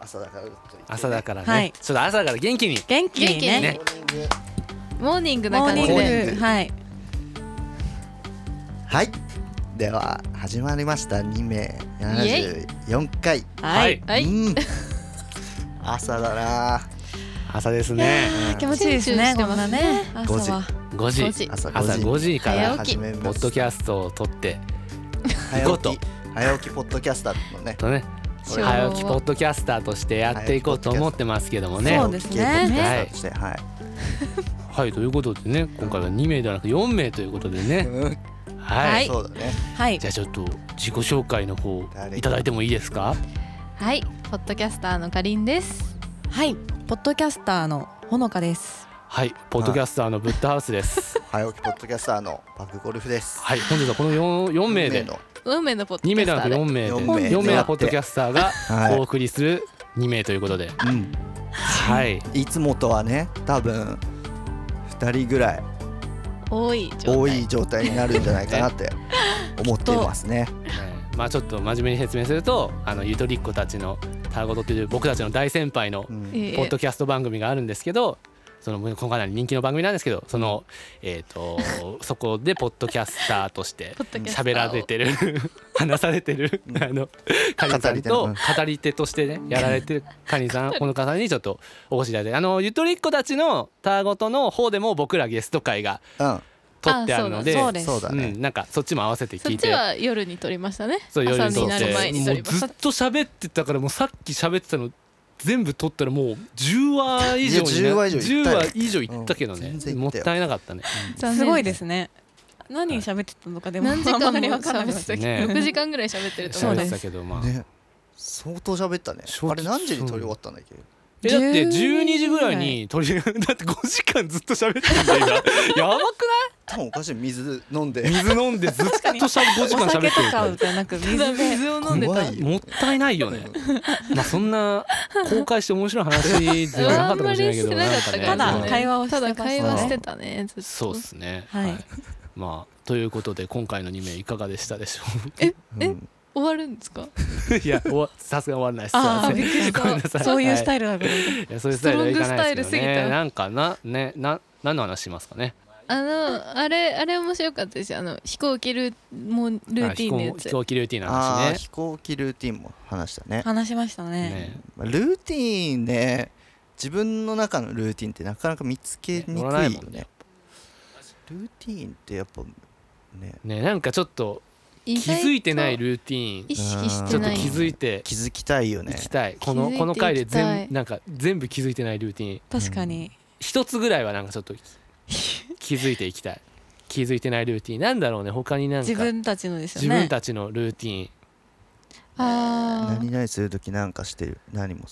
朝だからちょっと言って朝だからね、はいちょっと朝から元気に元気にねねモーニングモーニングなモねーニン感じでグはいはいでは始まりました2名74回ははいいはいうん朝だな朝ですね気持ちいいですね集中してこまんすなねね朝5時は5時5時朝朝5 5時時から早起きめポまッすドキャストを撮って早行こ起き早起きポッドキャスターのねとねそう早起きポッドキャスターとしてやっていこうと思ってますけどもねそうですね早起き系ポッドキャスターとしてはいはいということでね今回は2名ではなく4名ということでねうんはい、はいそうだねはいじゃあちょっと自己紹介の方誰いただいてもいいですかはいポッドキャスターのかりんですはいポッドキャスターのほのかですはいポッドキャスターのブッダハウスです早起きポッドキャスターのバックゴルフですはい本日はこの 4, 4名で運命の運命のポッドキ2名ャスでタはなーく4で名で四名で4名のポッドキャスターがはいお送りする2名ということでうんはいいつもとはね多分2人ぐらい多い状態多い状態になるんじゃないかなって思っていますね。はいまあちょっと真面目に説明するとあのゆとりっ子たちのたわごとっていう僕たちの大先輩のうんええポッドキャスト番組があるんですけどそのもう今回の人気の番組なんですけどそのえっ、 とそこでポッドキャスターとしてポッドキャスターを喋られてる 話されてるあのカリンさんと語り語り手としてねやられてるカリン さんこの方にちょっとお越しいただいてあのゆとりっ子たちのたわごとの方でも僕らゲスト会がうん、撮ってあるのであそでうですすそうだねうん、なんかそっちも合わせてそ聞っいちては夜に撮りましたねそう夜朝に撮にっなる前てにも撮うりまずしったと喋ってたからもうさっき喋ってたの全部撮ったらもう10話以上にいや10話以上い10ったよ話以上いったけどねうん全然いもっったよたいなかったね残念すごいですね何喋ってたのかでも何時あ間んもまりわかんなか喋っったてたね6時間ぐらい喋ってると思そう喋っんでてすたけどまあね相当喋ったね正直あれ何時に撮り終わったんだっけえだって12 12時ぐらいに撮りだって5時間ずっと喋ってんだ今 やばく多分おかしい水飲んでない水飲んでずっと5時お間喋って酒るとかからじゃなく水ただで水を飲んでた怖いもよったいないよねまあそんな公開して面白い 話ではなかったかもしれないけどあんまりしてなかたっなからんだね会話をしてただま会し話たしてたねずっとそうですね。はいまあということで今回の2名いかがでしたでしょえうんえ終わるんですかう。いや、おさすがに終わらないです。あすあいびっくりしごめんなさたいそういうスタイルだけどませんいやそういうスタイルはいかないですストロングスタよイルすぎね。たなんかなねな何の話しますかね。あのあれあれ面白かったですよあの飛行機ルもうルーティンのあや飛行つ飛行機ルーティンのあ話ーね。飛行機ルーティンも話したね話しましたねねまあルーティンね自分の中のルーティンってなかなか見つけにくいねよ乗らなねいもんねルーティンってやっぱねねなんかちょっと意気外とづいてないルーティーン意識しちてょっとない気づいて気づきたいよいねきたい。こ気づいのてこの回でいき全たいなんか全部気づいてないルーティーン確かに一つぐらいはなんかちょっと気づいていきたい。気づいてないルーティーンなんだろうね他になんか自分たちのです自よね分たちのルーティーン。あー何々する時なんかしてる何も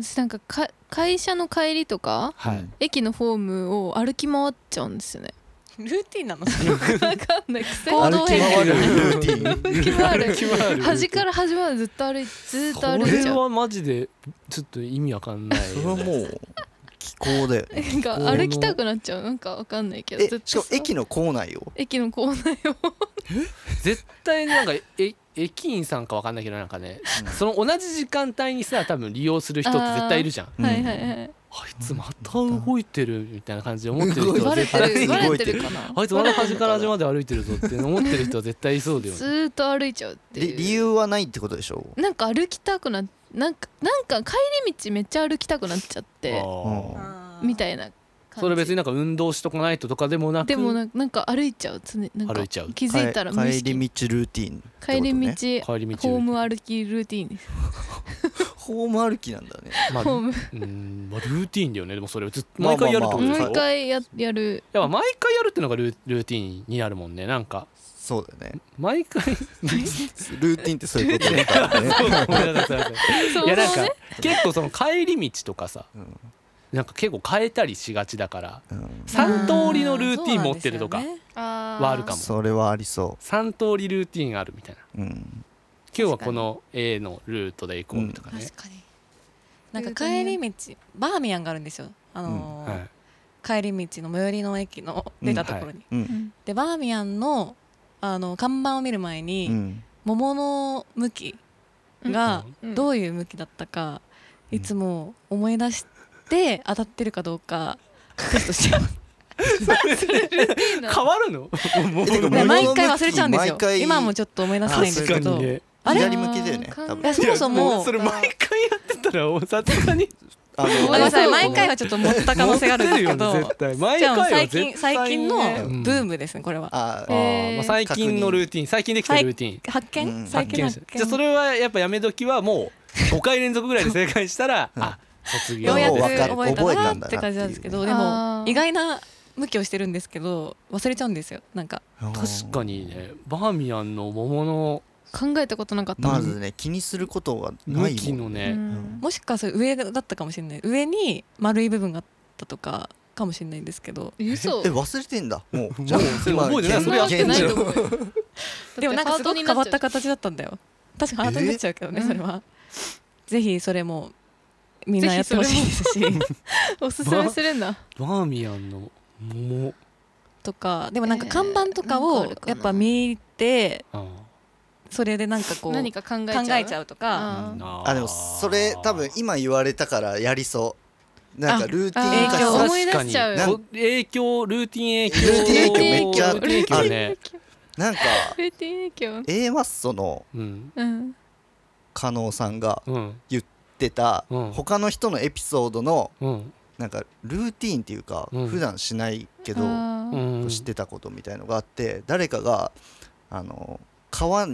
私なんかか会社の帰りとかはういん。駅のホームを歩き回っちゃうんです よねルーティンなのわかんない癖行動変歩き回るルーティン歩き回る決まる 端から端までずっと歩いずーっと歩こいちれゃうはマジでちょっと意味わかんないよね、それはもう気候だよねなんか歩きたくなっちゃうなんかわかん ないけどえずっしかとも駅の構内を駅の構内を絶対なんかえ駅員さんかわかんないけどなんかね、その同じ時間帯にさ多分利用する人って絶対いるじゃんあうんはいはいはいいつまた動いてるみたいな感じで思ってる動人はいバレ絶て対る動いてるバレてるかなあいつまだ端から端まで歩いてるぞって思ってる人は絶対いそうだよずねーっと歩いちゃうってりいう理由はないってことでしょなんか歩きたくななんかなんか帰り道めっちゃ歩きたくなっちゃってあうんみたいな感ーじそれ別になんか運動しとかないととかでもなくでもなんかなんか歩いちゃう常になんか歩いちゃう気づいたら無意帰識りに道ルーティンってこと帰ねり道,、帰り道ホーム歩きルーティーンですホーム歩きなんだねまあ、ホームうんまあルーティンだよねでもそれずっとまあ毎まあ回やるってことでしょ、もう一回ややるやっぱ毎回やるってのがルールーティンになるもんねなんかそうだよね毎回ルーティンってそういうことだからねごめんなさいごめんなさいそういやねなんか結構その帰り道とかさ、うんなんか結構変えたりしがちだからうん3通りのルーティン持ってるとか、そうなんですよねははあるかもそれはありそ3通りルーティンあるみたいなううん今日はこの A のルートで行こうとかね、確かになんか帰り道バーミヤンがあるんですよあのーはい、帰り道の最寄りの駅の出たところに、ううんんでバーミヤンのあの看板を見る前うに、ん桃の向きがうんどういう向きだったかいつも思い出して当たってるかどうかテストしてます変わるのもうで物の毎回忘れちゃうんですよ向き毎回今もちょっと思い出せないんですけどねあれ左向きだよねあー多いや分そもそいやもうそれ毎回やってたらもうさすがにあごめんのなさいそう毎回はちょっと持った可能性があるんですけ持ってよねど絶対毎じ回ゃあは最絶対近最近のブームムですねこれはあえーまあ最近のルーティン最近できたルーティン発う見ん最発見近発した見じゃあそれはやっぱやめ時はもう5回連続ぐらいで正解したらんあ卒業ようやくもう分かる覚えた覚えたなんだなって感じなんですけどってでいうもあー意外な向きをしてるんですけど忘れちゃうんですよなんか確かにねバーミヤンの桃の考えたことなかったもんまずね気にすることはな向いきもんのうねんもしかする上だったかもしれない上に丸い部分があったとかかもしれないんですけどえ嘘 え忘れてんだもうもうそれ覚えてない現それやってない 現状と思うよでもなんかすごく変わったか形だったんだよ確かにハートになっちゃうけどねえそれはぜひそれもみんなやってほしいですしおすすめするんだバーミヤンの桃とかでもなんかえー看板とかなんかあをるかなやっぱ見てあそれでなんかこう何か考え考えちちゃゃううとかあーーあでもそれ多分今言われたからやりそうなんかルーティンあ化影響し思い出しちゃう確かにこ影響ルーティン影響ルーティン影響めっちゃルーティン影響ねたなんかルーティン影響 A マッソのうんうん加納さんがうん出たうん他の人のエピソードのうんなんかルーティンっていうかうん普段しないけどあうーんしてたことみたいのがあって誰かがあの川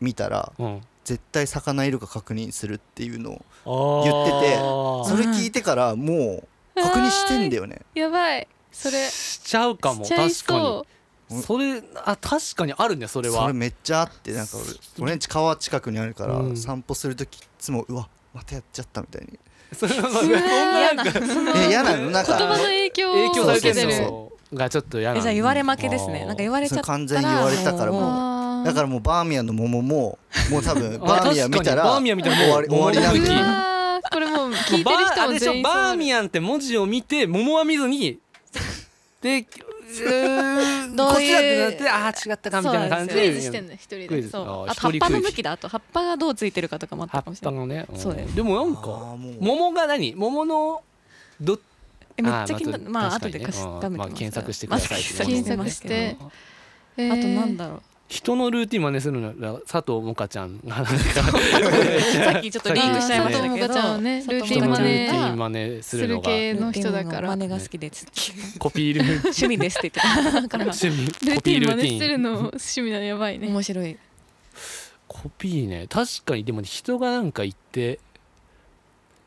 見たらうん絶対魚いるか確認するっていうのを言っててんそれ聞いてからもう確認してんだよねやばいそれししちゃうかもちゃい確かにそそれあ確かにあるねそれそはれめっちゃあってなんか俺俺んち川近くにあるかうらん散歩するときいつもうわまたやっちゃったみたいにそれは ううわー嫌なえ嫌なのなん言葉のか影響影響さをれ受てけるそうてるそうのがちょっと嫌なえのじゃあ言われ負けですねなんか言われちゃったそらう完全に言われたからもうあーだからもうバーミヤンの桃ももう多分あバーミヤン見たら確かにバーミヤン見たらもう終わり終わりなんもでううわーこれもう聞いてバるーあ人れもでしょ全員そうバなーるミヤンって文字を見 て桃は見ずにでうーどこうっちだっていうなってああ違ったかみたいな感じクでイズしてんの一人クイでズそうあーあと葉っ一人ぱの食い向きだと葉っぱがどうついてるかとかもあっ葉たっかもしぱれないのねんそうだよでもなんかあーもう桃が何桃のどっえめっちゃ気になあーるまあまあ確か後にねでかしうんダメまあ検索してくださいってこと検索してえあとーなんだろう人のルーティン真似するなら佐藤萌歌ちゃんがなんかさっきちょっとリンクしちゃいましたけど佐藤萌歌ちゃんはね佐藤ルーテ 人ィのルン真似ーティン真似するのがする系の人だから真似が好きでコピールー趣味ですって言ってたから趣 ル味コーテピィーンル真ーテ似してィるンの趣味なのやばいね面白いコピーね確かにでも人がなんか言って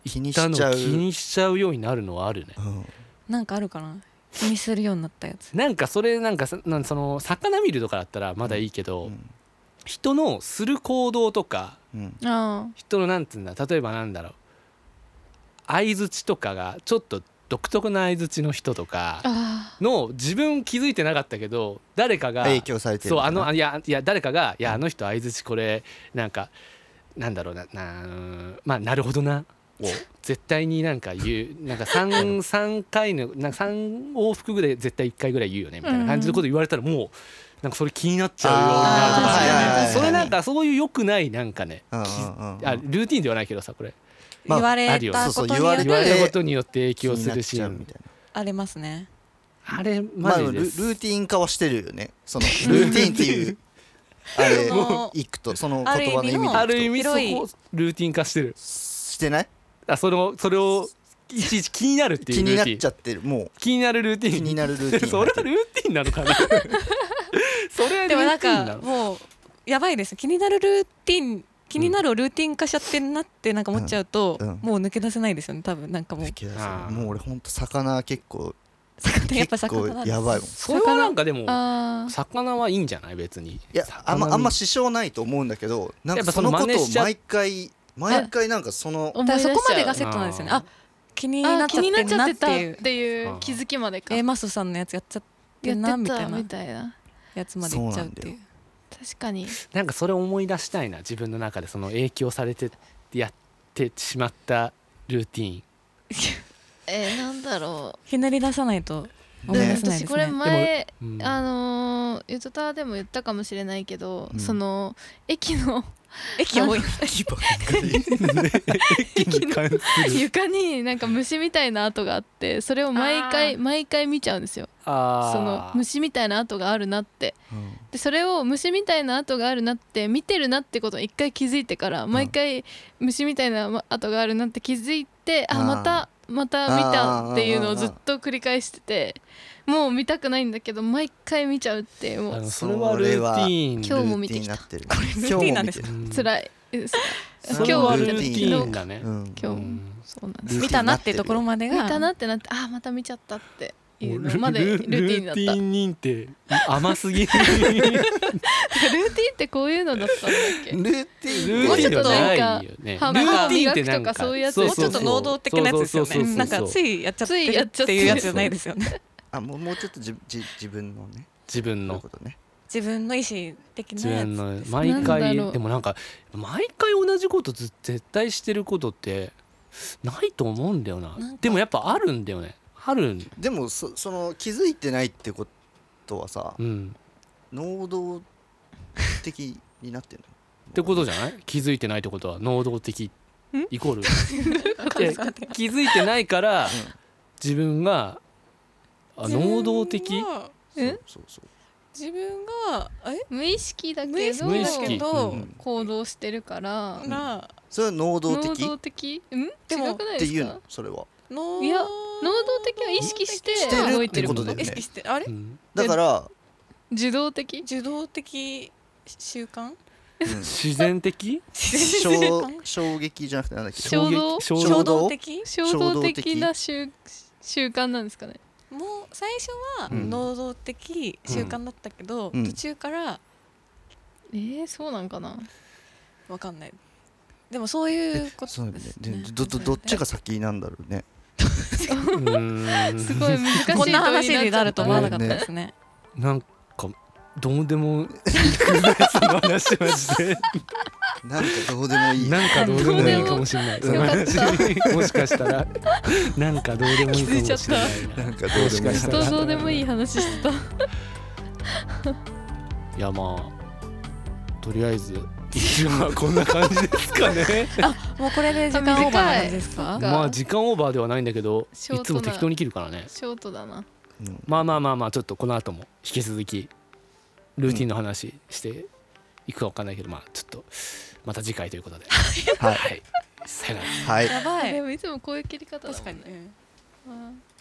気にたしのちゃう気にしちゃうようになるのはあるねうんなんかあるかな気にするようになったやつなんかそれなんかさなんその魚見るとかだったらまだいいけど、うん人のする行動とかうんあ人のなんつうんだ例えばなんだろう相づちとかがちょっと独特な相づちの人とかーあの自分気づいてなかったけど誰かが影響されてるそうあのああいやいや誰かが「いやあの人相づちこれなんかなんだろうななうーんまあなるほどな」を絶対になんか言うなんか 3, 三回のなんか3往復ぐらい絶対1回ぐらい言うよねみたいな感じのこと言われたらもうなんかそれ気になっちゃうようになるとかあーはいはいはいはいそれなんかそういう良くないなんかねうんうんうんあルーティンではないけどさこれまあ言われあるよたことにそうそうよっ言言わわれれてることによって影気響にすなっるしちゃうみたいなありますねあれまあマでもルジでルすーティン化はしてるよねそのルーティンっていう あれあのいくとその言葉の意味でいくとある意味そ広いこルーティン化してるしてないあそのそれをいちいち気になるってい気うルにーなっティンちゃってるもう気になるルーティン気になるルーティン それはルーティンなのかなそれはルでもなーんティンなかのもうやばいです気になるルーティン気になるをルーティン化しちゃってんなってなんか思っちゃうと、うんうんもう抜け出せないですよね多分なんかもう抜け出せあなーいもう俺ほんと魚結構魚やっぱ結魚構なんですやばいもんいそれはなんかでもーあー魚はいいんじゃない別にやあん魚まにあんま支障ないと思うんだけどなんやっぱかそそののこと真似をしちゃう毎回毎回なんかその思いだ出かしらそうちゃこまでがセットなんですよねあーあ気にあなーっちゃ気っになてっんちゃなっっててたっいうていう気づきまでか A やマスさんのやつやっちゃってんっなみてたたいなみたいなやつまでいっちゃうっていう確かに なんかそれ思い出したいな自分の中でその影響されてやってしまったルーティンえーなんだろうひねり出さないと思いでも出せない私ですこれね前でもうんあのーゆとたわでも言ったかもしれないけど、うんその駅の駅多い駅ばっかり駅に関する床になんか虫みたいな跡があってそれを毎回あー毎回見ちゃうんですよそのあー虫みたいな跡があるなってうんでそれを虫みたいな跡があるなって見てるなってことを一回気づいてから毎回虫みたいなま跡があるなって気づいてああーまたまた見たっていうのをずっと繰り返しててもう見たくないんだけど毎回見ちゃうっていうもあうのそれはルーティそーンれは今日も見てきたルーティンになってるこれルーティンなんですかうん辛いですそれ今日ははル見ーてなティいけどーンだねうん今う日もんそうなんルーでテすィン 見たなってところまで見がたなってなってあまた見ちゃったっていうのルまでルーティンだルーったルーティン認定甘すぎるティンってこういうのだったんだっけルーティンルーティンもうちょっとじゃないよなんねか歯ルーティンってなん歯磨くとかそういうやつそもそうちそょっと能動的なやつですよそうそうそうそねうなんかついやっちゃってるっていうやつじゃないですよねあもうもうちょっとじじ自分のね自そ分ういうのことね自分の意思的自なやつ分の毎回なんだろうでもなんか毎回同じことず絶対してることってないと思うんだよななんかでもやっぱあるんだよねあるんでもそその気づいてないってことはさうん能動的になってるのってことじゃない気づいてないってことは能動的イコール いや気づいてないから自分があ能動そ的うそうそう自分がえ無意識だ無け意ど無意識だけ識ど、うん行動してるからなそれは能動能的動っ的うん違でもくないてですいうかのそれは能いや能動的は意識してしてる動いてるっこてこととだよね意識してあれうんだから、受動的受動的習慣うん自然的 衝衝撃じゃなくてなんだっけ衝動衝衝衝動動的衝動的な習習慣なんですかねもう最初はうん能動的習慣だったけど、うん途中からえー、そうなんかなわかんないでもそういうこそとうでねすでねどどどっちが先なんだろうねうんすごい難しい問いこんなにっ話ちゃったになると思わなかったですねなんかどうでもい いくらいその話マジで なんかどうでもいいなんかどうでもいいかもしれない。どうでもよかっもしかしたら、なんかどうでもいいかもしれないなな。んかどうでもいいもしかしたどらうどうでもいい話してたいやまあとりあえず一応はこんな感じですかね。もうこれで時間オーバーな感じですかあ短いまあ時間オーバーではないんだけど、ショートなつもい適当に切るからね。ショートだなうんまあまあまあまあちょっとこの後も引き続きルーティンの話していくかわかんないけど、まあちょっとまた次回ということで。はいはい。さよなら。はいやばでいもいつもこういう切り方だもん確かに、ねあー